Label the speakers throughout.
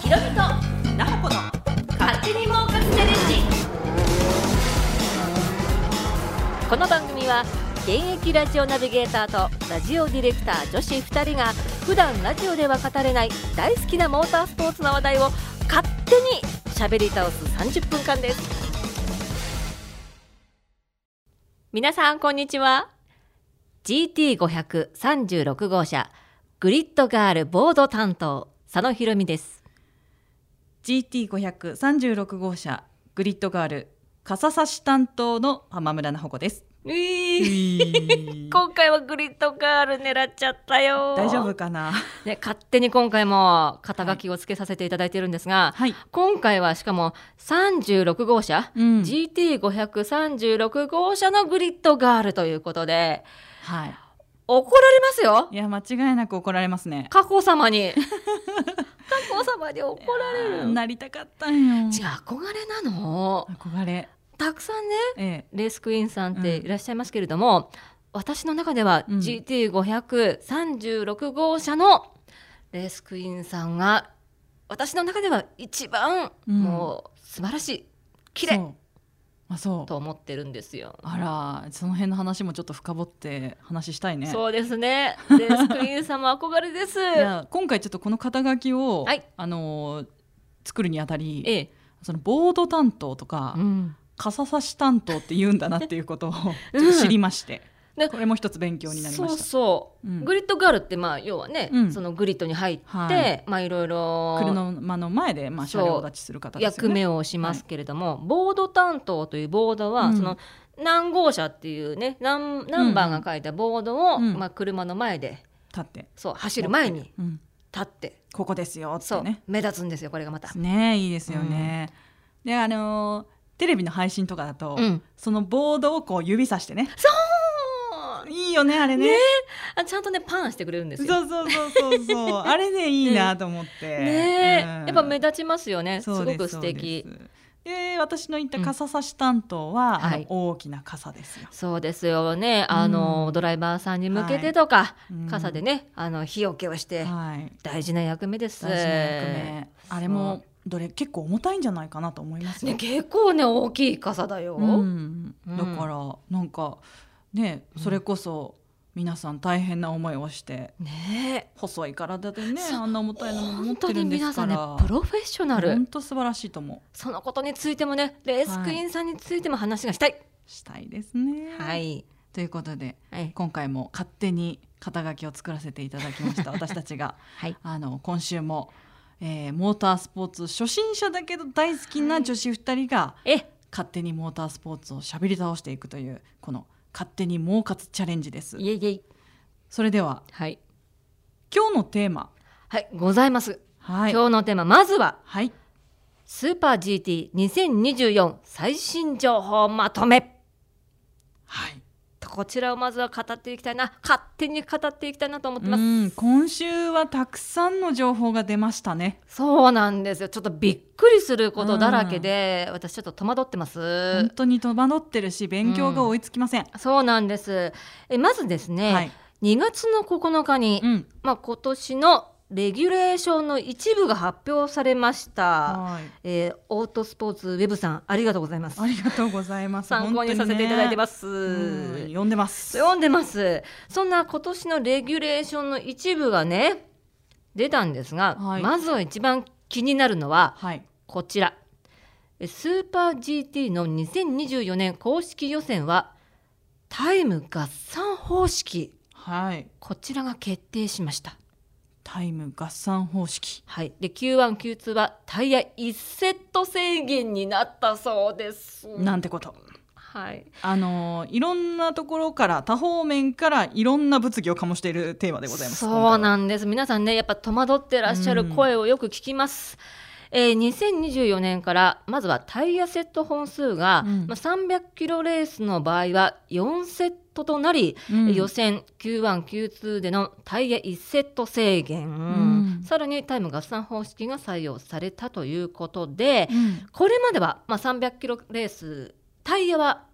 Speaker 1: ひろみとなほこの勝手に儲かってレジこの番組は現役ラジオナビゲーターとラジオディレクター女子2人が普段ラジオでは語れない大好きなモータースポーツの話題を勝手に喋り倒す30分間です皆さんこんにちは GT536 号車グリッドガールボード担当佐野ひろみです
Speaker 2: GT536 号車グリッドガール傘差し担当の浜村奈穂子です
Speaker 1: 今回はグリッドガール狙っちゃったよ
Speaker 2: 大丈夫、かな
Speaker 1: ね、勝手に今回も肩書きをつけさせていただいてるんですが、
Speaker 2: はい、
Speaker 1: 今回はしかも36号車、
Speaker 2: うん、
Speaker 1: GT536 号車のグリッドガールということで
Speaker 2: はい
Speaker 1: 怒られますよ
Speaker 2: いや間違いなく怒られますね
Speaker 1: 加工様 に加工様に怒られる違う
Speaker 2: なりたかったんよ
Speaker 1: 憧れなの
Speaker 2: 憧れ
Speaker 1: たくさんね
Speaker 2: ええ
Speaker 1: レースクイーンさんって
Speaker 2: うん
Speaker 1: いらっしゃいますけれども、私の中では
Speaker 2: うん
Speaker 1: GT536 号車のレースクイーンさんが私の中では一番
Speaker 2: うん
Speaker 1: もう素晴らしい綺麗、
Speaker 2: そうあそう
Speaker 1: と思ってるんですよ。
Speaker 2: あらその辺の話もちょっと深掘って話したいね
Speaker 1: そうです ね。レースクイーンさんも憧れです。
Speaker 2: いや今回ちょっとこの肩書きを、
Speaker 1: はい
Speaker 2: あのー作るにあたり、
Speaker 1: ええ、
Speaker 2: そのボード担当とか、
Speaker 1: うん、
Speaker 2: 傘差し担当って言うんだなっていうこと をちょっと知りまして、
Speaker 1: ね
Speaker 2: これも一つ勉強になりま
Speaker 1: そう
Speaker 2: した。
Speaker 1: そう、
Speaker 2: うん
Speaker 1: グリッドガールってまあ要はね、
Speaker 2: うん
Speaker 1: そのグリッドに入って、
Speaker 2: はい
Speaker 1: まあいろいろ
Speaker 2: 車の前で、まあ、
Speaker 1: そ
Speaker 2: 車
Speaker 1: う
Speaker 2: 両立ちする方です
Speaker 1: 役
Speaker 2: よね。
Speaker 1: 目をしますけれども、ボード担当というボードは、
Speaker 2: うん
Speaker 1: その何号車っていうね何ナンバーが書いたボードを、
Speaker 2: うん
Speaker 1: まあ、車の前で
Speaker 2: 立って、
Speaker 1: そう走る前に
Speaker 2: うん、
Speaker 1: 立って
Speaker 2: ここですよっ
Speaker 1: そ
Speaker 2: て
Speaker 1: う、
Speaker 2: ね。
Speaker 1: 目立つんですよこれがまた。
Speaker 2: ねいいですよね。であのーテレビの配信とかだと、
Speaker 1: うん、
Speaker 2: そのボードをこう指さしてね
Speaker 1: そう
Speaker 2: いいよねあれね
Speaker 1: ねあちゃんとねパンしてくれるんです
Speaker 2: そ
Speaker 1: よ。
Speaker 2: うそうそうそう そうあれねいいなと思って、
Speaker 1: ねえ、
Speaker 2: う
Speaker 1: や
Speaker 2: ん
Speaker 1: っぱ目立ちますよねす
Speaker 2: そ
Speaker 1: ご
Speaker 2: うで
Speaker 1: く素敵
Speaker 2: そうですで私の言った傘差し担当は、
Speaker 1: ん
Speaker 2: あの
Speaker 1: はい
Speaker 2: 大きな傘ですよ、
Speaker 1: そうですよねあの、
Speaker 2: うん
Speaker 1: ドライバーさんに向けてとか、
Speaker 2: うん
Speaker 1: 傘でねあの日よけをして
Speaker 2: はい
Speaker 1: 大事な役目です。
Speaker 2: 大事な役目あれもどれ結構重たいんじゃないかなと思いますよ
Speaker 1: ね、結構ね大きい傘だよ。
Speaker 2: うん、
Speaker 1: うん
Speaker 2: だからなんかね
Speaker 1: うん
Speaker 2: それこそ皆さん大変な思いをして
Speaker 1: ね
Speaker 2: 細い体でね
Speaker 1: そう
Speaker 2: あんな重
Speaker 1: え
Speaker 2: たいのも持っ
Speaker 1: 本当
Speaker 2: てる
Speaker 1: に
Speaker 2: んです
Speaker 1: 皆さ
Speaker 2: か
Speaker 1: んね
Speaker 2: ら
Speaker 1: プロフェッショナル
Speaker 2: 本当素晴らしいと思
Speaker 1: そのことについてもねレースクイーンさんについても話がしたい。
Speaker 2: うしたいですね。
Speaker 1: はい、
Speaker 2: ということで
Speaker 1: はい、
Speaker 2: 今回も勝手に肩書きを作らせていただきまし た私たちが
Speaker 1: はい、
Speaker 2: あの今週も、えーモータースポーツ初心者だけど大好きな女子2人が
Speaker 1: え
Speaker 2: 勝手にモータースポーツをしゃべり倒していくというこの勝手に儲かつチャレンジです。
Speaker 1: いえいえい
Speaker 2: それでは
Speaker 1: はい
Speaker 2: 今日のテーマ
Speaker 1: はいございます。
Speaker 2: はい
Speaker 1: 今日のテーマまずは
Speaker 2: はい
Speaker 1: スーパー GT2024 最新情報まとめ。
Speaker 2: はい
Speaker 1: こちらをまずは語っていきたいな勝手に語っていきたいなと思って
Speaker 2: う
Speaker 1: ます。
Speaker 2: ん今週はたくさんの情報が出ましたね。
Speaker 1: そうなんですよちょっとびっくりすることだらけで、私ちょっと戸惑ってます。
Speaker 2: 本当に戸惑ってるし勉強が追いつきません。
Speaker 1: そうなんです。えまずですね、
Speaker 2: はい、
Speaker 1: 2月の9日に、
Speaker 2: うん、
Speaker 1: まあ、今年のレギュレーションの一部が発表されました、
Speaker 2: はい
Speaker 1: えーオートスポーツウェブさんありがとうございます
Speaker 2: ありがとうございます。。
Speaker 1: 参考にさせていただいてますす、
Speaker 2: うん読んでます。
Speaker 1: 読んでますそんな今年のレギュレーションの一部がね出たんですが、
Speaker 2: はい
Speaker 1: まずは一番気になるのは
Speaker 2: はい
Speaker 1: こちらえスーパー GT の2024年公式予選はタイム合算方式
Speaker 2: はい
Speaker 1: こちらが決定しました
Speaker 2: タイム合算方式。
Speaker 1: はい、で Q1、Q2 はタイヤ1セット制限になったそうです。
Speaker 2: なんてこと。
Speaker 1: はい、
Speaker 2: あのーいろんなところから多方面からいろんな物議を醸しているテーマでございます。
Speaker 1: そう
Speaker 2: 今
Speaker 1: なんです。皆さんね、やっぱ戸惑ってらっしゃる声をよく聞きます。えー2024年からまずはタイヤセット本数が、
Speaker 2: うん
Speaker 1: まあ、300キロレースの場合は4セットとなり、
Speaker 2: 回は。うん
Speaker 1: 予選 Q1、Q2 でのタイヤ1セット制限、
Speaker 2: ん
Speaker 1: さらにタイム合算方式が採用されたということで、
Speaker 2: うん
Speaker 1: これまでは、まあ、300キロレースタイヤは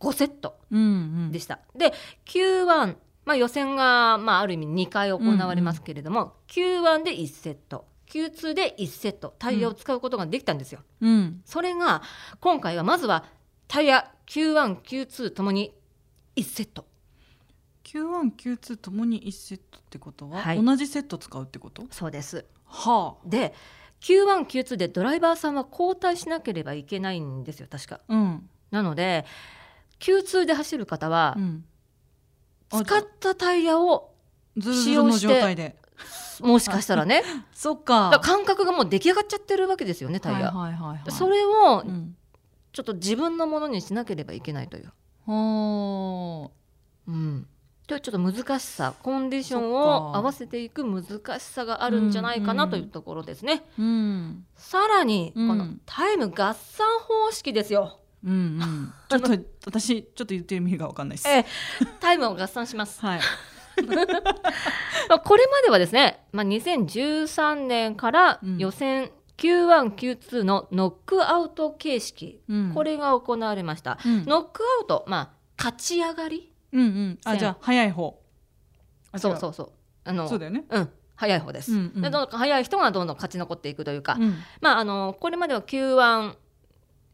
Speaker 1: 5セット
Speaker 2: うんうん
Speaker 1: でした、で Q1 まあ、予選が、まあ、ある意味2回行われますけれども、Q1 で1セット Q2 で1セットタイヤを使うことができたんですよ。
Speaker 2: うん
Speaker 1: それが今回はまずはタイヤ Q1Q2 ともに1セット
Speaker 2: Q1Q2 ともに1セットってことは、
Speaker 1: はい
Speaker 2: 同じセット使うってこと
Speaker 1: そうです
Speaker 2: は
Speaker 1: で Q1Q2 でドライバーさんは交代しなければいけないんですよ確か。
Speaker 2: あうん
Speaker 1: なので Q2 で走る方は
Speaker 2: うんあ
Speaker 1: 使ったタイヤを
Speaker 2: ずるずるの状態で
Speaker 1: もしかしたらね
Speaker 2: そっ
Speaker 1: だか
Speaker 2: か
Speaker 1: ら感覚がもう出来上がっちゃってるわけですよねタイヤ。
Speaker 2: はいはいはいはい
Speaker 1: それを
Speaker 2: うん
Speaker 1: ちょっと自分のものにしなければいけないという、
Speaker 2: は
Speaker 1: うん、というちょっと難しさコンディション
Speaker 2: そっ
Speaker 1: を
Speaker 2: か
Speaker 1: 合わせていく難しさがあるんじゃないかなというところですね。
Speaker 2: あうん
Speaker 1: さらにこ
Speaker 2: うん
Speaker 1: のタイム合算方式ですよ。
Speaker 2: う んうんちょっと私ちょっと言ってる意味がわかんないです
Speaker 1: えタイムを合算しま す。
Speaker 2: はい
Speaker 1: まあこれまではですね、まあ、2013年から
Speaker 2: うん
Speaker 1: 予選 Q1Q2 のノックアウト形式、
Speaker 2: うん
Speaker 1: これが行われました。
Speaker 2: うん
Speaker 1: ノックアウト、まあ、勝ち上がり
Speaker 2: うんうんあ
Speaker 1: 線
Speaker 2: じゃあ早い方あ
Speaker 1: そうそううそう。あの
Speaker 2: そうだよね
Speaker 1: うん、早い方です。
Speaker 2: うんうん
Speaker 1: でどんどん早い人がどんどん勝ち残っていくというか、
Speaker 2: うん
Speaker 1: まああのこれまでは Q1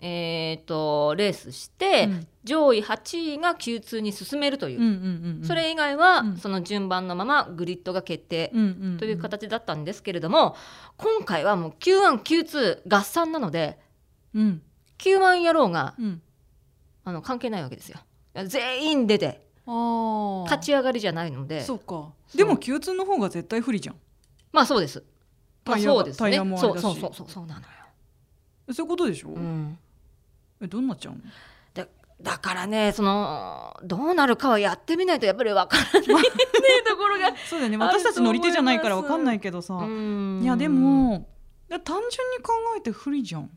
Speaker 1: えー、とレースして、
Speaker 2: うん
Speaker 1: 上位8位が Q2 に進めるという、
Speaker 2: うんうんうん
Speaker 1: それ以外は、
Speaker 2: うん
Speaker 1: その順番のままグリッドが決定
Speaker 2: うんうんん
Speaker 1: という形だったんですけれども、今回はもう Q1Q2 合算なので
Speaker 2: うん
Speaker 1: Q1 野郎が
Speaker 2: うん
Speaker 1: あの関係ないわけですよ全員出て
Speaker 2: ああ
Speaker 1: 勝ち上がりじゃないので
Speaker 2: そうか
Speaker 1: う
Speaker 2: でも Q2 の方が絶対不利じゃん
Speaker 1: まあそうです、ま
Speaker 2: タ
Speaker 1: あ、
Speaker 2: イヤが
Speaker 1: そうです
Speaker 2: タイ
Speaker 1: ね
Speaker 2: ヤもあれ
Speaker 1: そう
Speaker 2: だし
Speaker 1: そうそうそうそうなのよ、
Speaker 2: そういうことでしょ、
Speaker 1: うん
Speaker 2: えどうなっち ゃうの
Speaker 1: だからねそのどうなるかはやってみないとやっぱりわからないねところが。
Speaker 2: そうだよね
Speaker 1: あると思い
Speaker 2: 私たち乗り手じゃないからわかんないけどさいやでもだ単純に考えて不利じゃん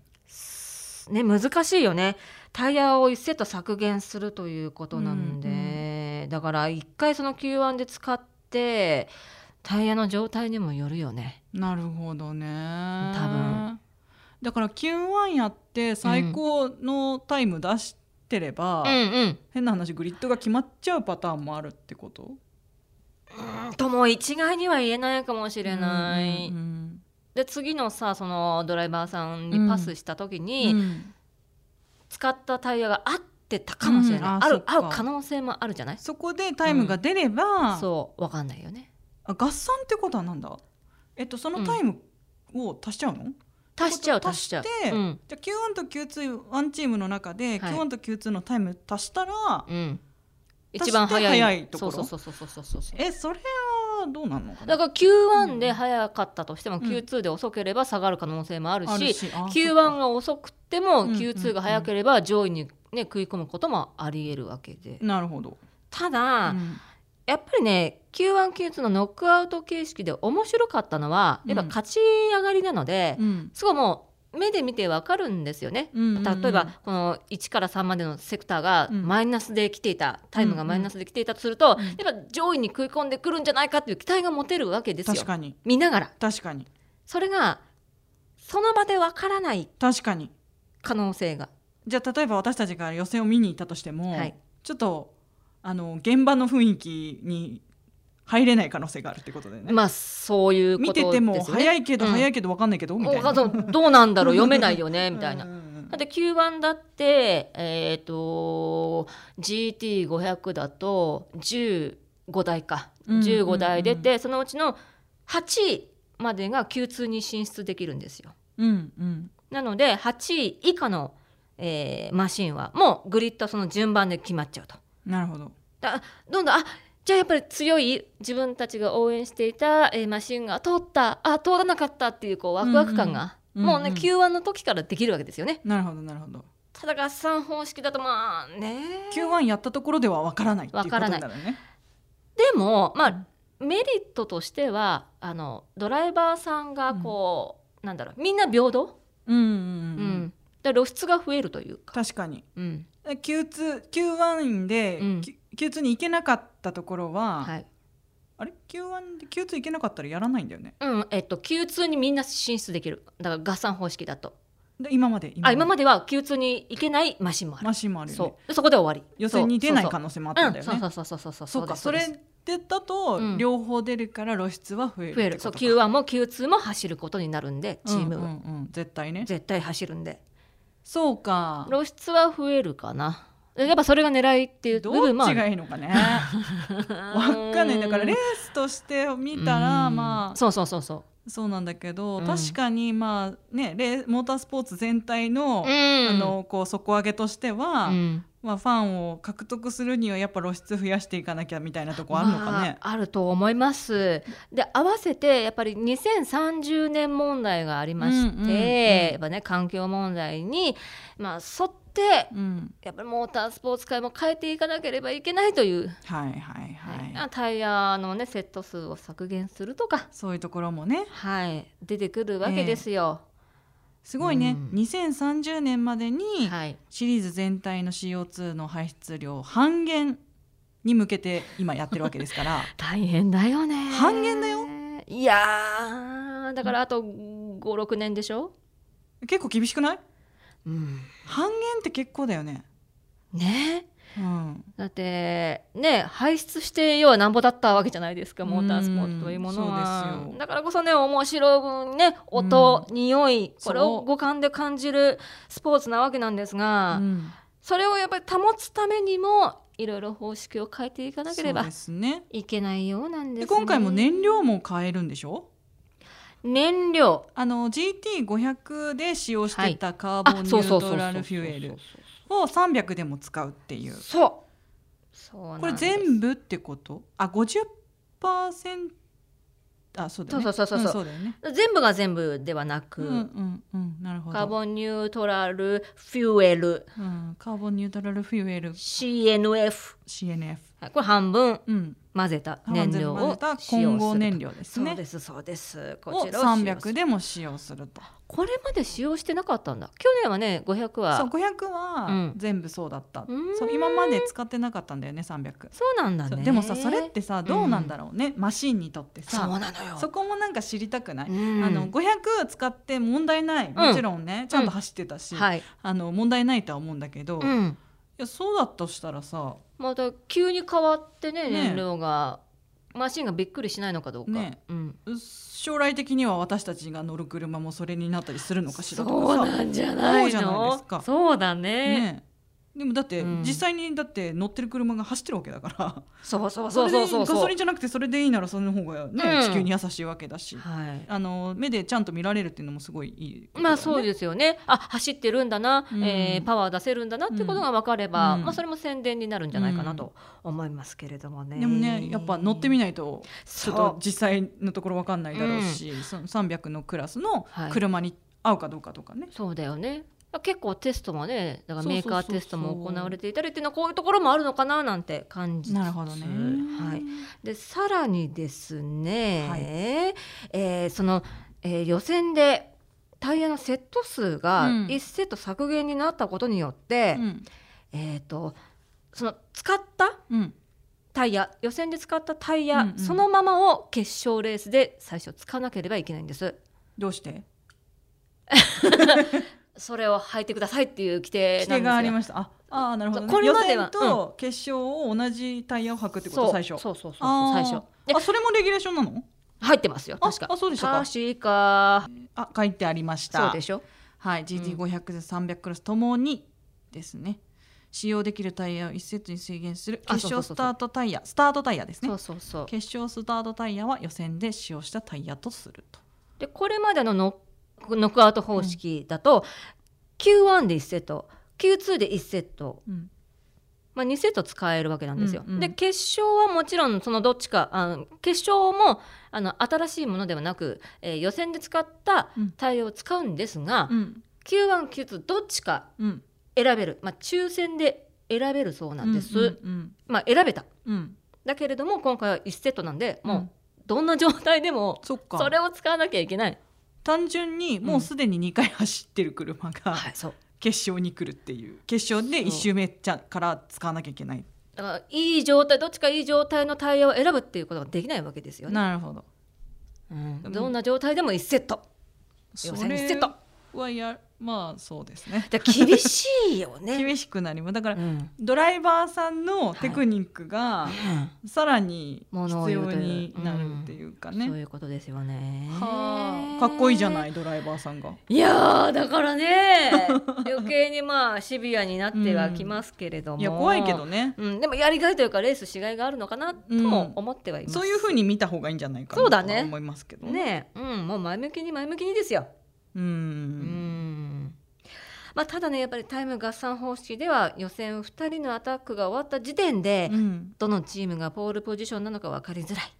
Speaker 1: ね難しいよねタイヤを1セット削減するということなんで、だから1回その Q1 で使ってタイヤの状態にもよるよね。
Speaker 2: なるほどね
Speaker 1: 多分
Speaker 2: だから Q1 やって最高のタイム出してれば、
Speaker 1: うんうん
Speaker 2: 変な話グリッドが決まっちゃうパターンもあるってこと
Speaker 1: うんとも一概には言えないかもしれない。
Speaker 2: うんうん
Speaker 1: で次のさそのドライバーさんにパスした時
Speaker 2: うん
Speaker 1: に、
Speaker 2: うん
Speaker 1: 使ったタイヤが合ってたかもしれない、
Speaker 2: うんあ
Speaker 1: あ
Speaker 2: そ
Speaker 1: る
Speaker 2: っか
Speaker 1: 合う可能性もあるじゃない
Speaker 2: そこでタイムが出れば、
Speaker 1: そうわかんないよね
Speaker 2: あ合算ってことはなんだえっとそのタイムを足しちゃうの、
Speaker 1: 足しちゃう
Speaker 2: こと
Speaker 1: 足しちゃう
Speaker 2: 足して
Speaker 1: うん
Speaker 2: じゃあ Q1 と Q2 ワンチームの中で、
Speaker 1: はい
Speaker 2: Q1 と Q2 のタイム足したら、
Speaker 1: うん一番早い
Speaker 2: 足して早いところ
Speaker 1: そうそうそうそうそうそうそう
Speaker 2: えそれはどうなのかな
Speaker 1: だから Q1 で早かったとしても、
Speaker 2: ん
Speaker 1: Q2 で遅ければ下がる可能性もあるし,、
Speaker 2: あるしあ
Speaker 1: Q1
Speaker 2: そっか
Speaker 1: が遅くても
Speaker 2: うん
Speaker 1: Q2 が早ければ上位に、ね、食い込むこともありえるわけで
Speaker 2: なるほど、
Speaker 1: ただ、
Speaker 2: うん
Speaker 1: やっぱりね Q1Q2 のノックアウト形式で面白かったのはやっぱ勝ち上がりなので、
Speaker 2: うん
Speaker 1: すごいもう目で見てわかるんですよね。
Speaker 2: うんうんうん
Speaker 1: 例えばこの1から3までのセクターが
Speaker 2: うん
Speaker 1: マイナスで来ていた、タイムがマイナスで来ていたとすると、
Speaker 2: うん
Speaker 1: やっぱ上位に食い込んでくるんじゃないかっていう期待が持てるわけですよ
Speaker 2: 確かに
Speaker 1: 見ながら
Speaker 2: 確かに
Speaker 1: それがその場でわからない
Speaker 2: 確かに
Speaker 1: 可能性が
Speaker 2: じゃあ例えば私たちが予選を見に行ったとしても、
Speaker 1: はい
Speaker 2: ちょっとあの現場の雰囲気に入れない可能性があるってことだよね、
Speaker 1: まあそういうこ
Speaker 2: 見
Speaker 1: とで
Speaker 2: て
Speaker 1: すね
Speaker 2: ても早いけど
Speaker 1: うん
Speaker 2: 早いけど分かんないけど、みたい
Speaker 1: お
Speaker 2: な
Speaker 1: そうどうなんだろう読めないよねみたいな
Speaker 2: うんうんうん
Speaker 1: だって9番だってえっ、と GT500 だと15台か
Speaker 2: うん
Speaker 1: 15台出て、そのうちの8位までが Q2 に進出できるんですよ。
Speaker 2: うんうん
Speaker 1: なので8位以下の、えーマシンはもうグリッドはその順番で決まっちゃうと。
Speaker 2: なるほど
Speaker 1: だどんどんあじゃあやっぱり強い自分たちが応援していた、えーマシンが通ったあ通らなかったっていうこうワクワク感が、
Speaker 2: うんうん
Speaker 1: もう
Speaker 2: う
Speaker 1: ね
Speaker 2: んうん
Speaker 1: Q1 の時からできるわけですよね。
Speaker 2: なるほどなるほど
Speaker 1: ただ合算方式だとまあね
Speaker 2: Q1 やったところでは分からないっていうことになるね
Speaker 1: でもまあメリットとしてはあのドライバーさんがこう、なんだろうみんな平等、
Speaker 2: うんうん
Speaker 1: う
Speaker 2: うんんうん
Speaker 1: で露出が増えるというか、
Speaker 2: 確かに
Speaker 1: うん
Speaker 2: Q2 Q1 で、
Speaker 1: うん
Speaker 2: Q- Q2 に行けなかったところは、
Speaker 1: はい
Speaker 2: あれ Q1 で Q2 行けなかったらやらないんだよね
Speaker 1: うんえっと、Q2 にみんな進出できるだから合算方式だと
Speaker 2: で今まで
Speaker 1: あ今までは Q2 に行けないマシンもある
Speaker 2: マシンもあるよね
Speaker 1: そうでそこで終わり
Speaker 2: 予選に出ない
Speaker 1: そう
Speaker 2: 可能性もあったんだよね
Speaker 1: うんそうそうそうそうそう
Speaker 2: そう
Speaker 1: で
Speaker 2: か
Speaker 1: す
Speaker 2: そ
Speaker 1: です
Speaker 2: れでだと、
Speaker 1: うん
Speaker 2: 両方出るから露出は増える
Speaker 1: 増えるそ
Speaker 2: そう
Speaker 1: Q1 も Q2 も走ることになるんでチーム
Speaker 2: うん
Speaker 1: は、
Speaker 2: うんうん絶対ね
Speaker 1: 絶対走るんで
Speaker 2: そうか
Speaker 1: 露出は増えるかなやっぱそれが狙いっていう部
Speaker 2: ど
Speaker 1: 分も
Speaker 2: っ
Speaker 1: あ
Speaker 2: ち
Speaker 1: る
Speaker 2: がいいのか ねわっかんないだからレースとして見たら
Speaker 1: うん
Speaker 2: まあ
Speaker 1: そうそうそうそ
Speaker 2: そうなんだけど、
Speaker 1: うん
Speaker 2: 確かにまあねレーモータースポーツ全体の、
Speaker 1: う、うん、
Speaker 2: あのこう底上げとしては、
Speaker 1: うん
Speaker 2: まあ、ファンを獲得するにはやっぱ露出増やしていかなきゃみたいなとこあるのかね
Speaker 1: ま。あ、あると思いますで合わせてやっぱり2030年問題がありまして、
Speaker 2: うんうんうん
Speaker 1: やっぱね環境問題に、まあ、沿って
Speaker 2: うん、
Speaker 1: やっぱりモータースポーツ界も変えていかなければいけないという、
Speaker 2: はいはいはい、
Speaker 1: あタイヤのねセット数を削減するとか、
Speaker 2: そういうところもね
Speaker 1: はい、出てくるわけですよ。
Speaker 2: すごいね、
Speaker 1: うん
Speaker 2: 2030年までに
Speaker 1: はい、
Speaker 2: シリーズ全体の CO2 の排出量半減に向けて今やってるわけですから
Speaker 1: 大変だよね。
Speaker 2: 半減だよ。
Speaker 1: いやーだからあと56年でしょ、
Speaker 2: 結構厳しくない
Speaker 1: うん、
Speaker 2: 半減って結構だよね。
Speaker 1: ねえ
Speaker 2: うん、
Speaker 1: だってね排出して要はなんぼだったわけじゃないですかモータースポーツというもの
Speaker 2: うん
Speaker 1: は
Speaker 2: そうですよ
Speaker 1: だからこそね面白いね音、匂いこれ
Speaker 2: そ
Speaker 1: を
Speaker 2: う
Speaker 1: 五感で感じるスポーツなわけなんですが、
Speaker 2: うん
Speaker 1: それをやっぱり保つためにもいろいろ方式を変えていかなけれ
Speaker 2: そう
Speaker 1: ば
Speaker 2: ですね
Speaker 1: いけないようなんです、
Speaker 2: で
Speaker 1: ね、
Speaker 2: 今回も燃料も変えるんでしょ
Speaker 1: 燃料
Speaker 2: あの GT500 で使用してたカーボンニ
Speaker 1: そ
Speaker 2: ュ
Speaker 1: うそう
Speaker 2: ー
Speaker 1: そうそ
Speaker 2: ト
Speaker 1: う
Speaker 2: ラルフュエルを300でも使うっていう
Speaker 1: そうそうなん
Speaker 2: これ
Speaker 1: です
Speaker 2: 全部ってことあ50%あそうだよね
Speaker 1: そうそうそうそう
Speaker 2: うんそうだよね
Speaker 1: 全部が全部ではなく、
Speaker 2: うんうんうんなるほど
Speaker 1: カーボンニュートラルフュエル
Speaker 2: うん、カーボンニュートラルフュエル
Speaker 1: CNF
Speaker 2: CNF
Speaker 1: はいこれ半分
Speaker 2: うん
Speaker 1: 混ぜた燃料
Speaker 2: 混
Speaker 1: を
Speaker 2: ぜた
Speaker 1: 使用
Speaker 2: 混
Speaker 1: す
Speaker 2: 合
Speaker 1: る
Speaker 2: 燃料です
Speaker 1: そう
Speaker 2: ね
Speaker 1: ですそうですこ
Speaker 2: を
Speaker 1: ちらを使用す
Speaker 2: 300
Speaker 1: る
Speaker 2: でも使用すると
Speaker 1: これまで使用してなかったんだ去年はね500は
Speaker 2: そ
Speaker 1: そうう
Speaker 2: 500は
Speaker 1: うん
Speaker 2: 全部そうだった、
Speaker 1: ーん
Speaker 2: そう今まで使ってなかったんだよね300
Speaker 1: なんだ
Speaker 2: そう
Speaker 1: ね
Speaker 2: でもさそれってさどうなんだろうね、マシンにとって
Speaker 1: そう
Speaker 2: さ
Speaker 1: なのよ
Speaker 2: そこもなんか知りたくない、
Speaker 1: うん
Speaker 2: あの500使って問題ないもちろんね、ちゃんと走ってたし、
Speaker 1: はい、
Speaker 2: あの問題ないとは思うんだけど、
Speaker 1: う
Speaker 2: い
Speaker 1: ん、
Speaker 2: やそうだとしたらさ
Speaker 1: また急に変わってね
Speaker 2: ね
Speaker 1: 燃料が、マシンがびっくりしないのかどうか、
Speaker 2: ね
Speaker 1: うん、
Speaker 2: 将来的には私たちが乗る車もそれになったりするのかし
Speaker 1: そ
Speaker 2: らとか
Speaker 1: う
Speaker 2: さ
Speaker 1: なんじゃない
Speaker 2: そ
Speaker 1: の
Speaker 2: うじゃないですか
Speaker 1: そうだね
Speaker 2: ねでもだって、
Speaker 1: うん
Speaker 2: 実際にだって乗ってる車が走ってるわけだから
Speaker 1: そうそうそうそうそう
Speaker 2: れでガ
Speaker 1: そ
Speaker 2: ソ
Speaker 1: う
Speaker 2: リンじゃなくてそれでいいならその方がね、
Speaker 1: うん
Speaker 2: 地球に優しいわけだし、
Speaker 1: はい
Speaker 2: あの目でちゃんと見られるっていうのもすごいいいことだよね、
Speaker 1: まあそうですよねあ走ってるんだな、
Speaker 2: うん
Speaker 1: えーパワー出せるんだなってことが分かれば、
Speaker 2: うん
Speaker 1: まあ、それも宣伝になるんじゃないかなと思いますけれどもね。
Speaker 2: でもねやっぱ乗ってみないとち
Speaker 1: そ
Speaker 2: ょ
Speaker 1: う
Speaker 2: っと実際のところわかんないだろうし、その300のクラスの
Speaker 1: はい
Speaker 2: 車に合うかどうかとかね、
Speaker 1: そうだよね結構テストもねだから
Speaker 2: そう
Speaker 1: メ
Speaker 2: そう
Speaker 1: ー
Speaker 2: そうそう
Speaker 1: カーテストも行われていたりっていうのはこういうところもあるのかななんて感じつつ
Speaker 2: なるほどね、
Speaker 1: はい、でさらにですね、
Speaker 2: はい
Speaker 1: えーその、えー予選でタイヤのセット数が
Speaker 2: うん
Speaker 1: 1セット削減になったことによって、
Speaker 2: うん
Speaker 1: えー、とその使った
Speaker 2: うん、
Speaker 1: タイヤ予選で使ったタイヤ、
Speaker 2: うんうん
Speaker 1: そのままを決勝レースで最初使わなければいけないんです
Speaker 2: どうして
Speaker 1: それを履いてくださいっていう規定なんで
Speaker 2: 規
Speaker 1: すよ
Speaker 2: 定がありましたああーなるほど、ね、
Speaker 1: これまでは
Speaker 2: 予選と決勝を同じタイヤを履くってこと、
Speaker 1: そう
Speaker 2: 最初
Speaker 1: そうそうそうそう
Speaker 2: あ
Speaker 1: 最
Speaker 2: ー
Speaker 1: 初で
Speaker 2: あそれもレギュレーションなの
Speaker 1: 入ってますよ
Speaker 2: あ
Speaker 1: 確か
Speaker 2: あそうでしたか
Speaker 1: 確か
Speaker 2: あ書いてありまし
Speaker 1: そう
Speaker 2: た
Speaker 1: でしょ
Speaker 2: はい GT500 で300クラスともにですね使用できるタイヤを1セットに制限する
Speaker 1: あ
Speaker 2: 決
Speaker 1: そうそうそうそ
Speaker 2: 勝ス
Speaker 1: う
Speaker 2: タートタイヤスタートタイヤですね
Speaker 1: そうそうそう
Speaker 2: 決勝スタートタイヤは予選で使用したタイヤとすると。
Speaker 1: でこれまでのノノックアウト方式だと、Q1 で1セット Q2 で1セット
Speaker 2: うん
Speaker 1: まあ、2セット使えるわけなんですよ。
Speaker 2: うんうん
Speaker 1: で決勝はもちろんそのどっちかあの決勝もあの新しいものではなく、えー予選で使った
Speaker 2: うん
Speaker 1: タイヤを使うんですが、
Speaker 2: うん、
Speaker 1: Q1、Q2 どっちか
Speaker 2: うん、
Speaker 1: 選べる、まあ、抽選で選べるそうなんです。
Speaker 2: うん、
Speaker 1: まあ、選べた
Speaker 2: うん、
Speaker 1: だけれども今回は1セットなんで
Speaker 2: う
Speaker 1: も
Speaker 2: ん
Speaker 1: うどんな状態でも
Speaker 2: そっか。
Speaker 1: それを使わなきゃいけない。
Speaker 2: 単純にもうすでに2回走ってる車が
Speaker 1: はい、そう
Speaker 2: 決勝に来るっていう決勝で1周目ちゃから使わなきゃいけない。
Speaker 1: だからいい状態どっちかいい状態のタイヤを選ぶっていうことができないわけですよね。
Speaker 2: なるほど。
Speaker 1: うんどんな状態でも1セット予選1セット。
Speaker 2: それはやまあそうですね
Speaker 1: だから厳しいよね。
Speaker 2: 厳しくなりますだから、
Speaker 1: うん
Speaker 2: ドライバーさんのテクニックがさらに
Speaker 1: 物を
Speaker 2: 必
Speaker 1: 言う
Speaker 2: 要
Speaker 1: という
Speaker 2: になるっていうかね、
Speaker 1: そういうことですよね。。
Speaker 2: はあかっこいいじゃないいドライバーさんが。
Speaker 1: いやーだからね 余計にまあシビアになってはきますけれども、
Speaker 2: いや怖いけど、ね、
Speaker 1: うん、でもやりがいというかレースしがいがあるのかなとも思ってはいます、
Speaker 2: そういうふうに見た方がいいんじゃないか
Speaker 1: そう
Speaker 2: な
Speaker 1: だ
Speaker 2: とは
Speaker 1: ね
Speaker 2: 思いますけど
Speaker 1: ねえ、うん、もう前向きに前向きにですよ。
Speaker 2: う
Speaker 1: うんん。まあただねやっぱりタイム合算方式では予選2人のアタックが終わった時点で、
Speaker 2: うん
Speaker 1: どのチームがポールポジションなのか分かりづらい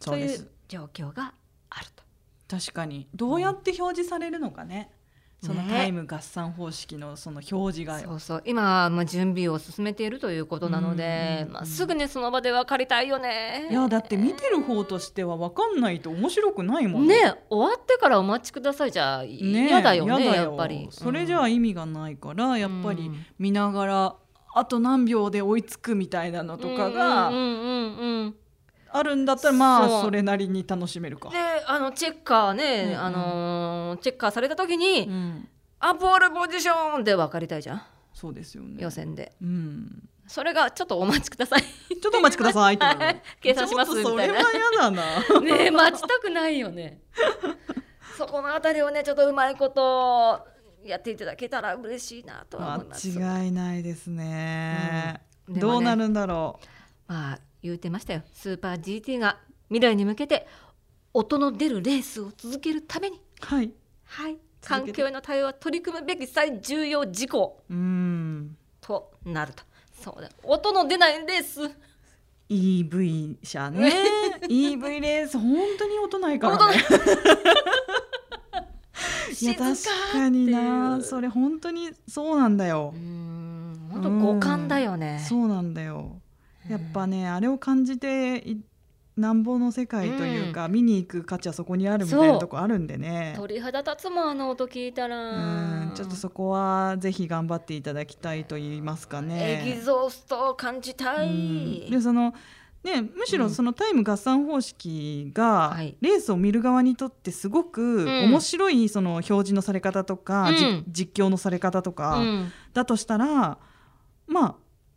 Speaker 2: そうで
Speaker 1: とい
Speaker 2: す
Speaker 1: う状況があると。
Speaker 2: 確かにどうやって表示されるのかね、その
Speaker 1: ね
Speaker 2: タイム合算方式のその表示が
Speaker 1: そうそう今、まあ、準備を進めているということなので、
Speaker 2: うん
Speaker 1: まあ、すぐねその場で分かりたいよね。
Speaker 2: いやだって見てる方としては分かんないと面白くないもん
Speaker 1: ね終わってからお待ちくださいじゃ
Speaker 2: ね
Speaker 1: 嫌だよね
Speaker 2: や
Speaker 1: やっぱり。
Speaker 2: それじゃあ意味がないからやっぱ
Speaker 1: う
Speaker 2: り
Speaker 1: ん
Speaker 2: 見ながらあと何秒で追いつくみたいなのとか
Speaker 1: うん
Speaker 2: が
Speaker 1: うんうんうんうん
Speaker 2: あるんだったらま
Speaker 1: そう
Speaker 2: あそれなりに楽しめるか
Speaker 1: で。あのチェッカーね、
Speaker 2: うんうん
Speaker 1: あのーチェッカーされた時に、
Speaker 2: うん
Speaker 1: アポールポジションで分かりたいじゃん
Speaker 2: そうですよね
Speaker 1: 予。選で
Speaker 2: うん。
Speaker 1: それがちょっとお待ちください
Speaker 2: ちょっとお待ちく ださいってこと
Speaker 1: はい計算しますみたいな
Speaker 2: ちょっとそ れは嫌だな。
Speaker 1: ねえ待ちたくないよねそこのあたりをねちょっとうまいことやっていただけたら嬉しいなとは思います
Speaker 2: 間違いないですね。
Speaker 1: うんでもね
Speaker 2: どうなるんだろ
Speaker 1: まあ言うてましたよスーパー GT が未来に向けて音の出るレースを続けるために
Speaker 2: う。はい。
Speaker 1: はい
Speaker 2: 続
Speaker 1: 環
Speaker 2: けて
Speaker 1: 境への対応は取り組むべき最重要事項
Speaker 2: うん。
Speaker 1: となるとそうだ音の出ないレース
Speaker 2: EV 車ね。EV レース本当に音ないからね。 い
Speaker 1: 静
Speaker 2: や
Speaker 1: かっていう
Speaker 2: 確かにな。それ本当にそうなんだよ
Speaker 1: うー。ん本当五感だよね。
Speaker 2: そうなんだよ。やっぱねあれを感じていなんぼの世界というか、見に行く価値はそこにあるみたいなとこあるんでね。
Speaker 1: 鳥肌立つもんあの音聞いたら。
Speaker 2: うんちょっとそこはぜひ頑張っていただきたいと言いますかね。
Speaker 1: エキゾーストを感じた
Speaker 2: うん
Speaker 1: い。
Speaker 2: でそのね、むしろそのタイム合算方式が
Speaker 1: はい
Speaker 2: レースを見る側にとってすごく
Speaker 1: ん
Speaker 2: 面白いその表示のされ方とか、
Speaker 1: うん
Speaker 2: じ実況のされ方と
Speaker 1: う
Speaker 2: か
Speaker 1: ん
Speaker 2: だとしたら、まあ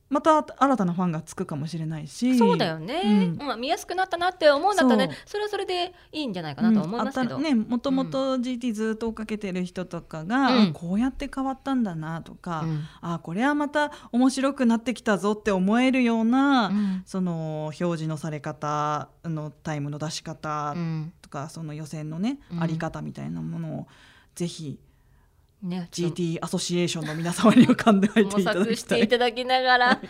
Speaker 2: また新たなファンがつくかもしれないし
Speaker 1: そうだよね、
Speaker 2: うん
Speaker 1: まあ、見やすくなったなって思うんだったらね
Speaker 2: そう
Speaker 1: それはそれでいいんじゃないかなとは思いますけど、
Speaker 2: うんあたね、もともと GT ずっと追っかけてる人とかが、
Speaker 1: うん
Speaker 2: あこうやって変わったんだなとか、
Speaker 1: うん
Speaker 2: あこれはまた面白くなってきたぞって思えるような、
Speaker 1: うん
Speaker 2: その表示のされ方のタイムの出し方
Speaker 1: うん
Speaker 2: とか、その予選のね、
Speaker 1: うん
Speaker 2: あり方みたいなものをぜひ
Speaker 1: ね、ちょっと
Speaker 2: GT アソシエーションの皆様には勘で入って
Speaker 1: 模
Speaker 2: いただ
Speaker 1: 索
Speaker 2: き
Speaker 1: したてい
Speaker 2: い。
Speaker 1: ただきながら。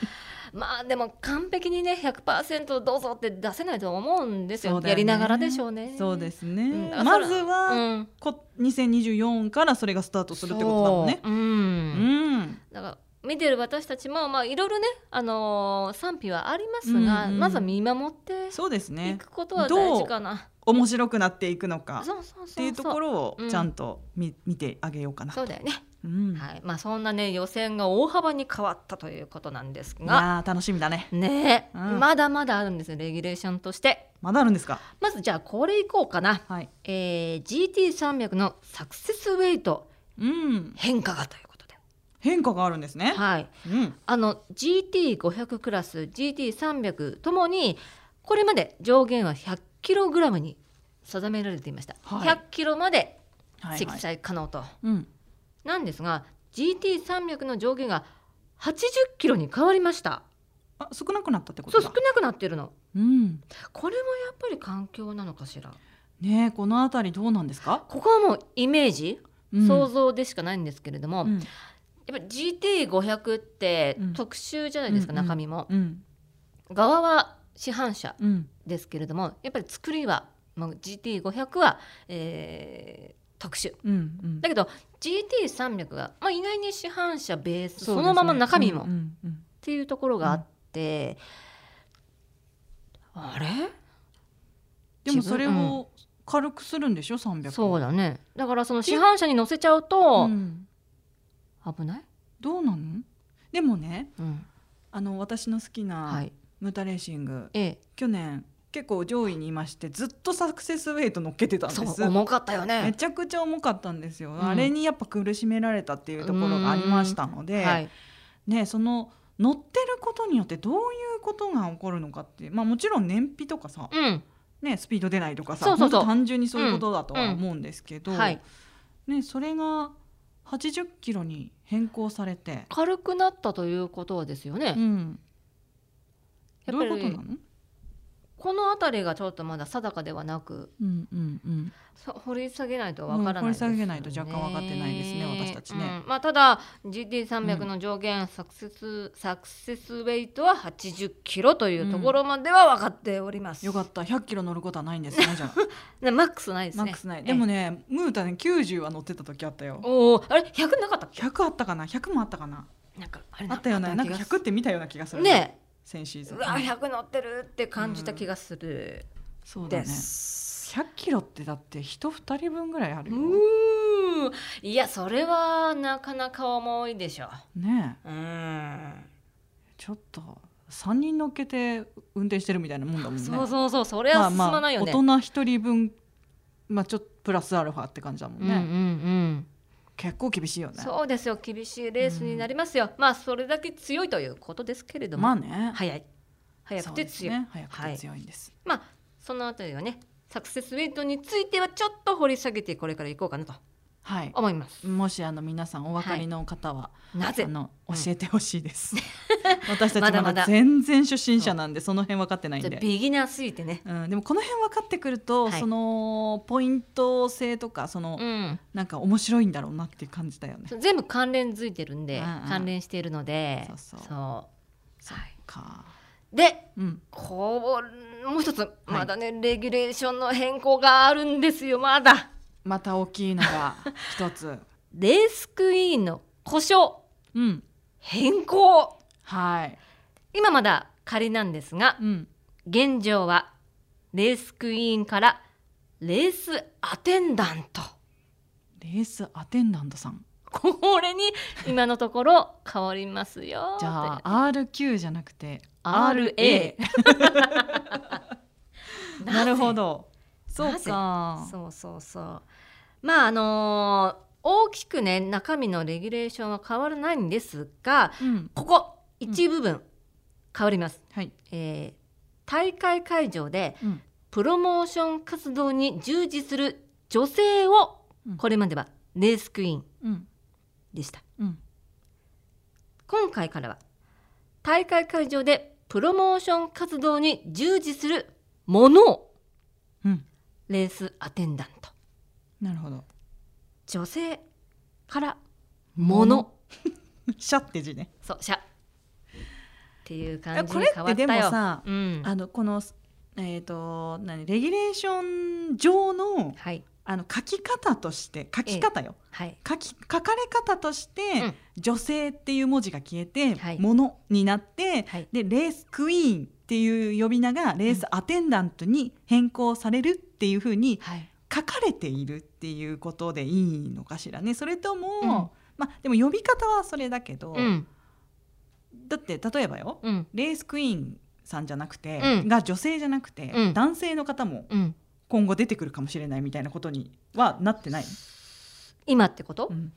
Speaker 1: まあでも完璧にね100%どうぞって出せないと思うんですよ
Speaker 2: そうだよね
Speaker 1: やりながらでしょうね。
Speaker 2: そうですね、
Speaker 1: うんだから
Speaker 2: まず
Speaker 1: う
Speaker 2: は、
Speaker 1: ん、
Speaker 2: こ2024からそれがスタートするってことだもんね。
Speaker 1: そうう
Speaker 2: うんん、
Speaker 1: だから見てる私たちもまあいろいろね、あのー賛否はありますが、
Speaker 2: うんうん
Speaker 1: まずは見守って
Speaker 2: そうです
Speaker 1: い
Speaker 2: ね
Speaker 1: くことは大事かな。
Speaker 2: 面白くなっていくのか
Speaker 1: そうそうそうそう
Speaker 2: っていうところを
Speaker 1: うん
Speaker 2: ちゃんと見,、見てあげようかな。
Speaker 1: そうだよね。
Speaker 2: うん、
Speaker 1: はい。まあそんなね予選が大幅に変わったということなんです
Speaker 2: い
Speaker 1: が、
Speaker 2: やー楽しみだね。
Speaker 1: ねえ、
Speaker 2: うん
Speaker 1: まだまだあるんですよレギュレーションとして。
Speaker 2: まだあるんですか。
Speaker 1: まずじゃあこれいこうかな。
Speaker 2: はい。
Speaker 1: えー、GT300 のサクセスウェイト
Speaker 2: うん。
Speaker 1: 変化がということで。
Speaker 2: 変化があるんですね。
Speaker 1: はい。
Speaker 2: うん。
Speaker 1: あの GT500 クラス GT300 ともにこれまで上限は 100kg に定められていました、
Speaker 2: はい
Speaker 1: 100kg まで
Speaker 2: はい、
Speaker 1: 積
Speaker 2: はい。
Speaker 1: 載可能と、
Speaker 2: うん。
Speaker 1: なんですが GT300 の上限が 80kg に変わりました
Speaker 2: あ少なくなったってこ
Speaker 1: そ
Speaker 2: と
Speaker 1: う
Speaker 2: だ。
Speaker 1: 少なくなってるの
Speaker 2: うん。
Speaker 1: これもやっぱり環境なのかしら
Speaker 2: ねえこのあたりどうなんですか。
Speaker 1: ここはもうイメージ、
Speaker 2: うん、
Speaker 1: 想像でしかないんですけれども、
Speaker 2: うん。
Speaker 1: やっぱ GT500 って
Speaker 2: うん
Speaker 1: 特集じゃないですか、
Speaker 2: うんうん
Speaker 1: 中身も、
Speaker 2: うん。
Speaker 1: 側は市販車
Speaker 2: うん。
Speaker 1: ですけれどもやっぱり作りは、まあ、GT500 は、えー特殊
Speaker 2: うん。うん
Speaker 1: だけど GT300 が、まあ、意外に市販車ベース
Speaker 2: そ
Speaker 1: そう
Speaker 2: ですね
Speaker 1: のまま中身も、っ
Speaker 2: うんうんうん
Speaker 1: ていうところがあって、あれ
Speaker 2: でもそれを軽くするんでしょ300。
Speaker 1: そう
Speaker 2: だ。
Speaker 1: だねだからその市販車に乗せちゃうと
Speaker 2: ん。
Speaker 1: 危ない、
Speaker 2: どうなの？でもね
Speaker 1: うん
Speaker 2: あの私の好き
Speaker 1: は
Speaker 2: ないムタレーシング、
Speaker 1: ええ
Speaker 2: 去年結構上位にいましてずっとサクセスウェイト乗っけてたん
Speaker 1: そ
Speaker 2: で
Speaker 1: う
Speaker 2: す
Speaker 1: 重かったよ
Speaker 2: め
Speaker 1: ね。
Speaker 2: ちゃくちゃ重かったんですよ、
Speaker 1: ん
Speaker 2: あれにやっぱ苦しめられたっていうところがありましたので、
Speaker 1: はい、
Speaker 2: ね、その乗ってることによってどういうことが起こるのかって、まあ、もちろん燃費とかさ、
Speaker 1: うん、
Speaker 2: ね、スピード出ないとかさ
Speaker 1: そうそうそう
Speaker 2: ほんと単純にそういうことだとは思うんですけど、
Speaker 1: はい、
Speaker 2: ね、それが80キロに変更されて、
Speaker 1: 軽くなったということはですよね。
Speaker 2: うん、
Speaker 1: や
Speaker 2: ど
Speaker 1: っ
Speaker 2: う
Speaker 1: ぱ
Speaker 2: いうことな
Speaker 1: り
Speaker 2: の、
Speaker 1: この辺りがちょっとまだ定かではなく
Speaker 2: うんうんうん
Speaker 1: さ掘り下げないとわからない
Speaker 2: うん掘
Speaker 1: ですよね、
Speaker 2: り下げないと若干わかってないですね私たちね
Speaker 1: うんまあ、ただ GT300 の上限、サクセスサクセスウェイトは80キロというところまでは分かっております、
Speaker 2: よかった100キロ乗ることはないんですねじゃあ
Speaker 1: ねマックスないですね
Speaker 2: マックスないでもねムータね90は乗ってた時あったよ
Speaker 1: おおあれ100なかったっけ
Speaker 2: 100あったかな100もあったかな
Speaker 1: なんかあれ
Speaker 2: あったよねなんか
Speaker 1: 気がす
Speaker 2: 100って見たような気がする
Speaker 1: ね
Speaker 2: 先シーズ
Speaker 1: う
Speaker 2: ン
Speaker 1: わ100乗ってるって感じた気がする
Speaker 2: そうだね
Speaker 1: です、
Speaker 2: 100キロってだって人2人分ぐらいある
Speaker 1: う
Speaker 2: よ
Speaker 1: ーいやそれはなかなか重いでしょ
Speaker 2: ねえ
Speaker 1: ううん
Speaker 2: ちょっと3人乗っけて運転してるみたいなもんだもんね
Speaker 1: そうそうそうそれは進まないよね、
Speaker 2: まあまあ、大人1人分まあちょっとプラスアルファって感じだもんね、
Speaker 1: うんうん
Speaker 2: 結構厳しいよ
Speaker 1: うん、
Speaker 2: ね
Speaker 1: そうですよ厳しいレースになりますよ、まあそれだけ強いということですけれども、
Speaker 2: まあね
Speaker 1: 早い早くて強いそ,、
Speaker 2: そうですね、早くて強いんです、
Speaker 1: まあそのあたりはねサクセスウェイトについてはちょっと掘り下げてこれからいこうかなと
Speaker 2: はい、
Speaker 1: 思います
Speaker 2: もしあの皆さんお分かりの方は、
Speaker 1: なぜ
Speaker 2: あの
Speaker 1: うん
Speaker 2: 教えてほしいです、私た
Speaker 1: まだま
Speaker 2: ち
Speaker 1: だ
Speaker 2: まだ全然初心者なんでその辺分かってないん
Speaker 1: じゃ
Speaker 2: で
Speaker 1: あ、ビギナーすぎてね
Speaker 2: うん、でもこの辺分かってくると、
Speaker 1: はい
Speaker 2: そのポイント制とかその、
Speaker 1: うん
Speaker 2: なんか面白いんだろうなっていう感じだよね
Speaker 1: そう全部関連づいてるんで、
Speaker 2: うんうん
Speaker 1: 関連しているので
Speaker 2: そうそう
Speaker 1: そうはい
Speaker 2: か
Speaker 1: で
Speaker 2: うん
Speaker 1: こうもう一つまだね、レギュレーションの変更があるんですよまだ
Speaker 2: また大きいの が一つ
Speaker 1: レースクイーンの故障
Speaker 2: うん
Speaker 1: 変更
Speaker 2: はい
Speaker 1: 今まだ仮なんですが
Speaker 2: うん
Speaker 1: 現状はレースクイーンからレースアテンダント
Speaker 2: レースアテンダントさん
Speaker 1: これに今のところ変わりますよ
Speaker 2: じゃあ RQ じゃなくて
Speaker 1: RA と
Speaker 2: なる ほ
Speaker 1: ぜ
Speaker 2: どそうか
Speaker 1: そうそうそうまああのー大きくね中身のレギュレーションは変わらないんですが
Speaker 2: うん
Speaker 1: ここ一部分変わります、
Speaker 2: はい、
Speaker 1: えー大会会場で
Speaker 2: うん
Speaker 1: プロモーション活動に従事する女性を
Speaker 2: うん
Speaker 1: これまではレースクイーン
Speaker 2: うん
Speaker 1: でした
Speaker 2: うん
Speaker 1: 今回からは大会会場でプロモーション活動に従事するものを
Speaker 2: うん
Speaker 1: レースアテンダント
Speaker 2: なるほど
Speaker 1: 女性からもの
Speaker 2: シャって字ね
Speaker 1: そうしゃっていう感じ
Speaker 2: こ
Speaker 1: に
Speaker 2: れ
Speaker 1: 変
Speaker 2: っ
Speaker 1: わ
Speaker 2: て
Speaker 1: った
Speaker 2: で
Speaker 1: よ
Speaker 2: もさ、
Speaker 1: うん、
Speaker 2: あのこのえっ、と何レギュレーション上の
Speaker 1: はい
Speaker 2: あの書き方として書き方よ、
Speaker 1: はい
Speaker 2: 書き書かれ方として、
Speaker 1: うん
Speaker 2: 女性っていう文字が消えて、
Speaker 1: はい
Speaker 2: ものになって、
Speaker 1: はい
Speaker 2: でレースクイーンっていう呼び名がレースアテンダントに変更されるっていうふうに
Speaker 1: はい
Speaker 2: 書かれているっていうことでいいのかしらねそれとも、まあでも呼び方はそれだけど、
Speaker 1: うん
Speaker 2: だって例えばよ
Speaker 1: うん
Speaker 2: レースクイーンさんじゃなくて、
Speaker 1: うん
Speaker 2: が女性じゃなくて、
Speaker 1: うん
Speaker 2: 男性の方も
Speaker 1: うん
Speaker 2: 今後出てくるかもしれないみたいなことにはなってない、
Speaker 1: 今ってこと
Speaker 2: うん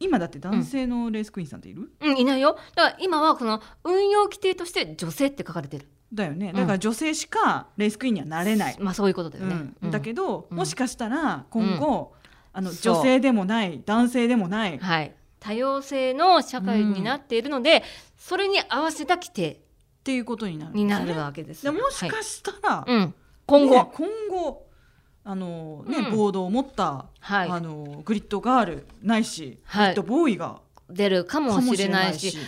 Speaker 2: 今だって男性のレースクイーンさんっている、
Speaker 1: うん、いないよ。だから今はこの運用規定として女性って書かれてる。
Speaker 2: だよね
Speaker 1: ん
Speaker 2: だから女性しかレースクイーンにはなれない、
Speaker 1: まあそういうことだよ
Speaker 2: う
Speaker 1: ね。
Speaker 2: ん
Speaker 1: うん
Speaker 2: だけど、
Speaker 1: うん
Speaker 2: もしかしたら今後、あの
Speaker 1: そう
Speaker 2: 女性でもない男性でもない、
Speaker 1: はい。多様性の社会になっているので、それに合わせた規定
Speaker 2: っていうことになるんです
Speaker 1: に
Speaker 2: よ
Speaker 1: な
Speaker 2: ね
Speaker 1: るわけです
Speaker 2: で
Speaker 1: よ。
Speaker 2: もし
Speaker 1: は
Speaker 2: かしたら、
Speaker 1: いうん、今後、
Speaker 2: ね今後あのね、
Speaker 1: うん
Speaker 2: ボードを持った、
Speaker 1: はい
Speaker 2: あのグリッドガールないし、
Speaker 1: はい
Speaker 2: グリッドボーイが
Speaker 1: 出るかも
Speaker 2: かも
Speaker 1: し
Speaker 2: し
Speaker 1: れ
Speaker 2: れな
Speaker 1: ないいし
Speaker 2: し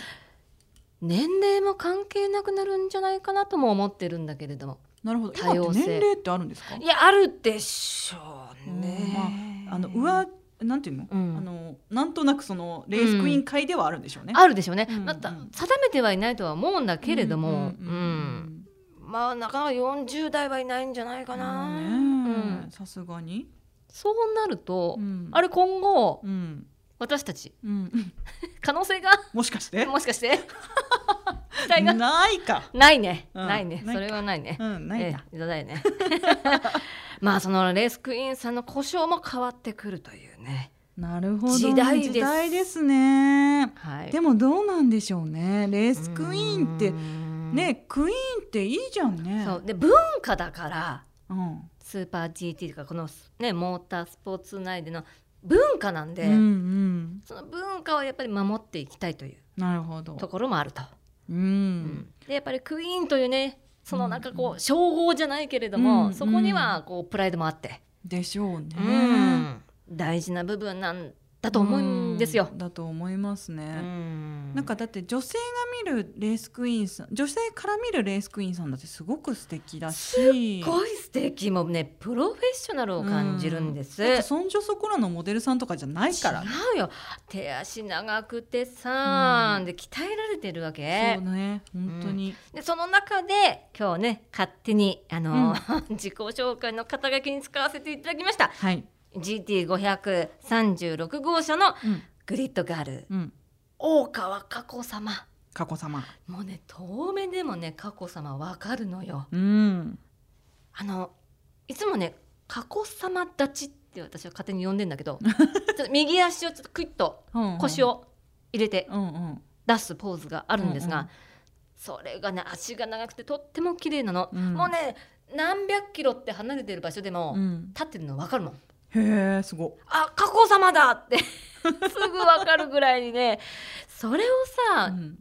Speaker 1: 年齢も関係なくなるんじゃないかなとも思ってるんだけれども。
Speaker 2: なるほど
Speaker 1: 多様
Speaker 2: 今っ
Speaker 1: 性
Speaker 2: て年齢ってあるんですか
Speaker 1: いやあるでしょう
Speaker 2: うん
Speaker 1: ね。
Speaker 2: まあ、あの上なんていうの,、
Speaker 1: うん
Speaker 2: あのなんとなくそのレースクイーン会ではあるんでしょうね、
Speaker 1: あるでしょうね、
Speaker 2: うんうん
Speaker 1: また定めてはいないとは思うんだけれども、
Speaker 2: う
Speaker 1: うんん
Speaker 2: うんうん
Speaker 1: まあなかなか40代はいないんじゃないかな、
Speaker 2: うん
Speaker 1: う
Speaker 2: ね
Speaker 1: ん
Speaker 2: さすがに、
Speaker 1: そうなると、
Speaker 2: うん
Speaker 1: あれ今後
Speaker 2: うん
Speaker 1: 私たち
Speaker 2: うん、
Speaker 1: 可能性が
Speaker 2: もしかして
Speaker 1: もしかして期待が
Speaker 2: ないか。
Speaker 1: ないね、
Speaker 2: うん
Speaker 1: ないね
Speaker 2: ない
Speaker 1: それはないね、
Speaker 2: うん、ないな。
Speaker 1: ええだよね まあそのレースクイーンさんの故障も変わってくるというね
Speaker 2: なるほど。
Speaker 1: 時代です
Speaker 2: 時代ですね。
Speaker 1: はい
Speaker 2: でもどうなんでしょうね。レースクイーンって
Speaker 1: うーん
Speaker 2: ね、クイーンっていいじゃんね。
Speaker 1: そうで文化だから
Speaker 2: うん。
Speaker 1: スーパー GT というかこの、ね、モータースポーツ内での文化なんで、
Speaker 2: うんうん。
Speaker 1: その文化をやっぱり守っていきたいという
Speaker 2: なるほど。
Speaker 1: ところもあると、
Speaker 2: う
Speaker 1: うん
Speaker 2: ん。
Speaker 1: でやっぱりクイーンというねそのなんかこう称号じゃないけれど
Speaker 2: うん
Speaker 1: も、
Speaker 2: うん
Speaker 1: そこにはこうプライドもあって、
Speaker 2: でしょうね。
Speaker 1: うん大事な部分なんだと思うんですよ
Speaker 2: う。んだと思いますね。な
Speaker 1: なん
Speaker 2: かだって女性が見るレースクイーンさん女性から見るレースクイーンさんだってすごく素敵だし
Speaker 1: すごい素敵もうねプロフェッショナルを感じるんです。
Speaker 2: だってそんじょそこらのモデルさんとかじゃないからね
Speaker 1: 違うよ手足長くてさ、
Speaker 2: うん
Speaker 1: で鍛えられてるわ
Speaker 2: そ
Speaker 1: け
Speaker 2: うね本当に、
Speaker 1: でその中で今日ね勝手にあの、 自己紹介の肩書きに使わせていただきました
Speaker 2: はい
Speaker 1: GT536 号車の
Speaker 2: うん
Speaker 1: グリッドガール
Speaker 2: うん
Speaker 1: 大川佳子様
Speaker 2: 佳子様
Speaker 1: もうね遠目でもね佳子様わかるのよ
Speaker 2: うん
Speaker 1: あのいつもね佳子様立ちって私は勝手に呼んでんだけ どちょっと右足をちょっとクイッと腰を入れて
Speaker 2: うんうん
Speaker 1: 出すポーズがあるんですが、
Speaker 2: うんうん
Speaker 1: それがね足が長くてとっても綺麗なの、
Speaker 2: うん
Speaker 1: もうね何百キロって離れてる場所でも、
Speaker 2: うん
Speaker 1: 立ってるの分かるもん
Speaker 2: へえすご
Speaker 1: あ佳子様だって すぐ分かるぐらいにねそれをさ、
Speaker 2: うん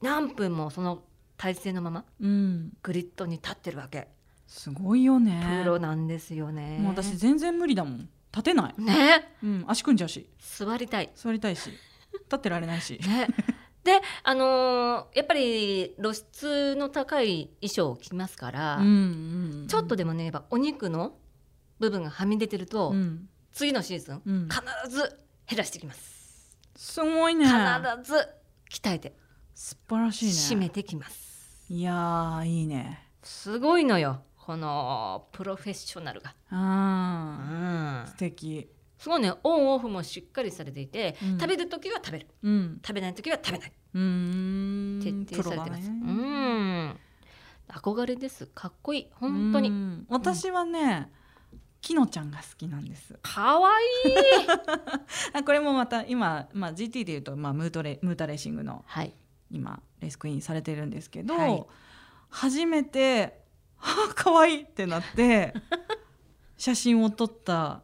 Speaker 1: 何分もその体勢のまま
Speaker 2: うん
Speaker 1: グリッドに立ってるわけ
Speaker 2: すごいよね
Speaker 1: プロなんですよね、
Speaker 2: もう私全然無理だもん立てない、
Speaker 1: ね
Speaker 2: うん、足組んじゃうし
Speaker 1: 座りたい
Speaker 2: 座りたいし立ってら れないし
Speaker 1: ねであのーやっぱり露出の高い衣装を着ますから、
Speaker 2: うんうんうん
Speaker 1: ちょっとでもね、やっぱお肉の部分がはみ出てると、
Speaker 2: うん
Speaker 1: 次のシーズン、
Speaker 2: うん
Speaker 1: 必ず減らしてきます。
Speaker 2: すごいね
Speaker 1: 必ず鍛えて、
Speaker 2: 素晴らしいね
Speaker 1: 締めてきます。
Speaker 2: いやーいいね
Speaker 1: すごいのよ、このプロフェッショナルが。うん
Speaker 2: あー素敵
Speaker 1: すごいね、オンオフもしっかりされていて、
Speaker 2: うん
Speaker 1: 食べる時は食べる、
Speaker 2: うん
Speaker 1: 食べない時は食べない、
Speaker 2: うーん
Speaker 1: 徹底されてます。う
Speaker 2: プロだね
Speaker 1: ん。憧れです、かっこいい、本当
Speaker 2: う
Speaker 1: に。
Speaker 2: ん私はねきのちゃんが好きなんです
Speaker 1: かわいい。
Speaker 2: あこれもまた今、まあ、GT でいうと、まあ、ムートレムータレーシングの
Speaker 1: はい。
Speaker 2: 今レースクイーンされてるんですけど、
Speaker 1: はい
Speaker 2: 初めて「はあ可愛いってなって 写真を撮った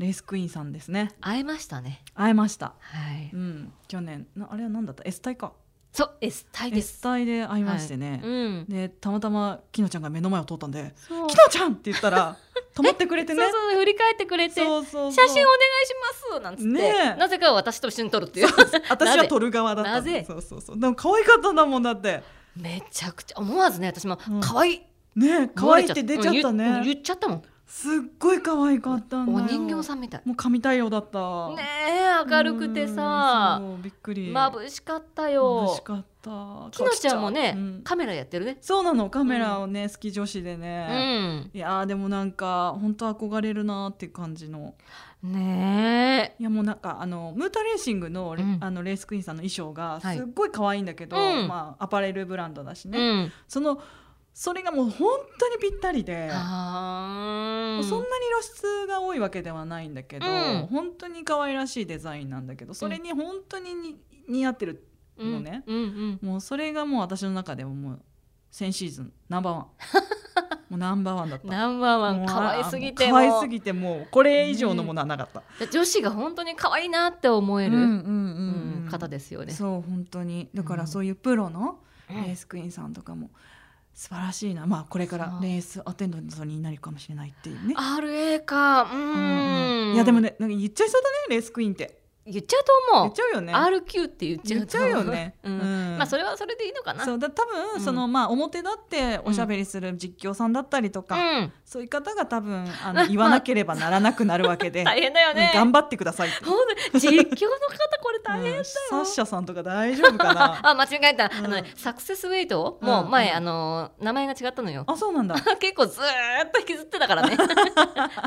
Speaker 2: レースクイーンさんですね
Speaker 1: 会えましたね。
Speaker 2: 会えました、
Speaker 1: はい。
Speaker 2: うん、去年なあれは何だった S 隊か
Speaker 1: そう、S 体で
Speaker 2: S
Speaker 1: す。
Speaker 2: 隊で会いましてね、
Speaker 1: うん。
Speaker 2: でたまたまきのちゃんが目の前を通ったんで
Speaker 1: そう
Speaker 2: 「きのちゃん!」って言っ たら止まってくれてね
Speaker 1: そうそう振り返ってくれて
Speaker 2: そうそう
Speaker 1: 写
Speaker 2: そう
Speaker 1: 真お願いしますなんつって、
Speaker 2: ねえ
Speaker 1: なぜか私と一緒に撮るっていう
Speaker 2: 私
Speaker 1: な
Speaker 2: は
Speaker 1: ぜ
Speaker 2: 撮る側だったんで
Speaker 1: なぜ
Speaker 2: そうそうそうでも可愛かったんだもんだって
Speaker 1: めちゃくちゃ思わずね私も
Speaker 2: うん
Speaker 1: 可愛い
Speaker 2: ね可愛いって出ちゃった
Speaker 1: うん言うん
Speaker 2: ね
Speaker 1: 言っちゃったもん
Speaker 2: すっごい可愛かったんだ
Speaker 1: お
Speaker 2: よ
Speaker 1: 人形さんみたい
Speaker 2: もう神対応だった
Speaker 1: ねえ明るくてさ
Speaker 2: うんそうびっくり
Speaker 1: 眩しかった
Speaker 2: 眩
Speaker 1: よ
Speaker 2: しかった
Speaker 1: きのちゃんもね、
Speaker 2: うん
Speaker 1: カメラやってるね
Speaker 2: そうなのカメラをね好き女子で
Speaker 1: う
Speaker 2: ね
Speaker 1: ん
Speaker 2: いやーでもなんか本当憧れるなーって感じの
Speaker 1: ねえ
Speaker 2: いやもうなんかあのムータレーシングの,、
Speaker 1: うん
Speaker 2: あのレースクイーンさんの衣装がす
Speaker 1: はい
Speaker 2: っごい可愛いんだけど、
Speaker 1: うん
Speaker 2: まあ、アパレルブランドだしね、
Speaker 1: うん
Speaker 2: そのそれがもう本当にぴったりで、
Speaker 1: あ
Speaker 2: もう
Speaker 1: ー
Speaker 2: そんなに露出が多いわけではないんだけど、
Speaker 1: うん
Speaker 2: 本当に可愛らしいデザインなんだけどそれに本当にに似合ってる、のね
Speaker 1: うんうん
Speaker 2: もうそれがもう私の中でももう先シーズンナンバーワン もうナンバーワンだっ
Speaker 1: うん
Speaker 2: た。
Speaker 1: ナンバーワ
Speaker 2: も
Speaker 1: ン
Speaker 2: う
Speaker 1: 可愛すぎて
Speaker 2: 可愛
Speaker 1: も
Speaker 2: すぎてもうこれ以上のものはなかった、
Speaker 1: う女子が本当に可愛いなって思える、
Speaker 2: うんうんうん
Speaker 1: うん方ですよね。
Speaker 2: そう本当にだから
Speaker 1: うん
Speaker 2: そういうプロの
Speaker 1: う
Speaker 2: レ
Speaker 1: ん
Speaker 2: ースクイーンさんとかも素晴らしいな、まあこれから
Speaker 1: そう
Speaker 2: レースアテンダントになるかもしれないっていうね。
Speaker 1: RA か、う
Speaker 2: う
Speaker 1: ーん。
Speaker 2: いやでも、ねなんか言っちゃいそうだねレースクイーンって
Speaker 1: 言っちゃうと
Speaker 2: 言
Speaker 1: 思
Speaker 2: っ
Speaker 1: う
Speaker 2: ち。ゃうよね。
Speaker 1: RQ って言っちゃう
Speaker 2: 言っち
Speaker 1: と
Speaker 2: ゃ
Speaker 1: 思
Speaker 2: うよね。
Speaker 1: うんまあそれはそれでいいのかな。
Speaker 2: そうだ多分その、まあ表だっておしゃべりする実況さんだったりとか、
Speaker 1: うん。
Speaker 2: そういう方が 多分あの言わなければならなくなるわけで、
Speaker 1: 大変だよね。
Speaker 2: 頑張ってくださいって。
Speaker 1: 本当に実況の方これ大変だ
Speaker 2: う
Speaker 1: よ
Speaker 2: ん。サッシャさんとか大丈夫かな。
Speaker 1: あ、間違えた。
Speaker 2: ん
Speaker 1: あのねサクセスウェイト
Speaker 2: うん
Speaker 1: もう前、
Speaker 2: うん
Speaker 1: あの名前が違ったのよ。
Speaker 2: あそうなんだ。
Speaker 1: 結構ずーっと引きず ってたからね。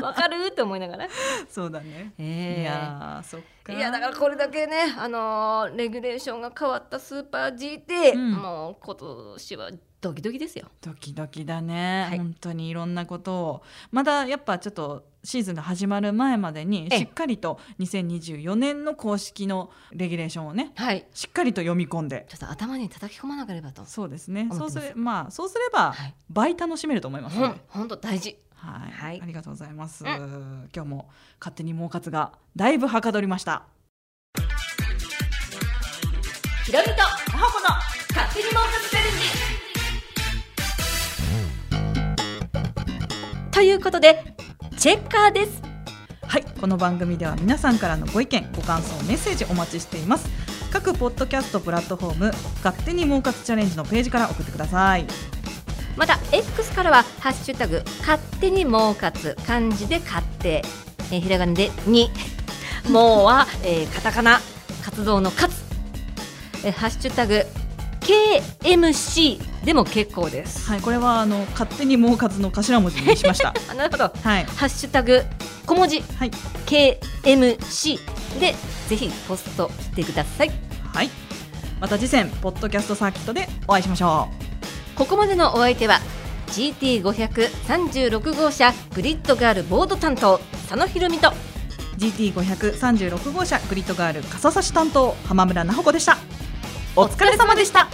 Speaker 1: わかるって思いながら。
Speaker 2: そうだね。
Speaker 1: えー
Speaker 2: いやーそっか
Speaker 1: いややだからこれだけね、あのーレギュレーションが変わったスーパー GT、
Speaker 2: うん
Speaker 1: もう今年はドキドキですよ。
Speaker 2: ドキドキだね、
Speaker 1: はい
Speaker 2: 本当にいろんなことをまだやっぱちょっとシーズンが始まる前までに
Speaker 1: ええ
Speaker 2: しっかりと2024年の公式のレギュレーションをね
Speaker 1: はい、
Speaker 2: しっかりと読み込んで
Speaker 1: ちょっと頭に叩き込まなければと。
Speaker 2: そうですね
Speaker 1: 思って
Speaker 2: そ
Speaker 1: ま
Speaker 2: う
Speaker 1: す
Speaker 2: すれまあそうすれば
Speaker 1: はい、
Speaker 2: 倍楽しめると思います
Speaker 1: ほ
Speaker 2: の
Speaker 1: ん
Speaker 2: で、
Speaker 1: 本当大事。
Speaker 2: はい
Speaker 1: はい
Speaker 2: ありがとうございます、
Speaker 1: う
Speaker 2: 今日も勝手に儲かつがだいぶはかどりました
Speaker 1: ひろみとまほこの勝手に儲かつチャレンジ。ということでチェッカーです。
Speaker 2: はい、この番組では皆さんからのご意見、ご感想、メッセージお待ちしています。各ポッドキャストプラットフォーム、勝手に儲かつチャレンジのページから送ってください。
Speaker 1: また X からはハッシュタグ勝手に儲かつ漢字で勝手、えー、ひらがなでに もうは、えー、カタカナ活動の勝つ、えー、ハッシュタグ KMC でも結構です。
Speaker 2: はい、これはあの勝手に儲かつの頭文字にしました。
Speaker 1: あなるほど。
Speaker 2: はい、
Speaker 1: ハッシュタグ小文字
Speaker 2: はい、
Speaker 1: KMC でぜひポストしてください。
Speaker 2: はい。また次戦ポッドキャストサーキットでお会いしましょ
Speaker 1: ここまでのお相手は GT536 号車グリッドガールボード担当佐野ひろみと
Speaker 2: う。GT 5 3 6号車グリッドガール笠差し担当浜村奈穂子でした。お疲れ様でした。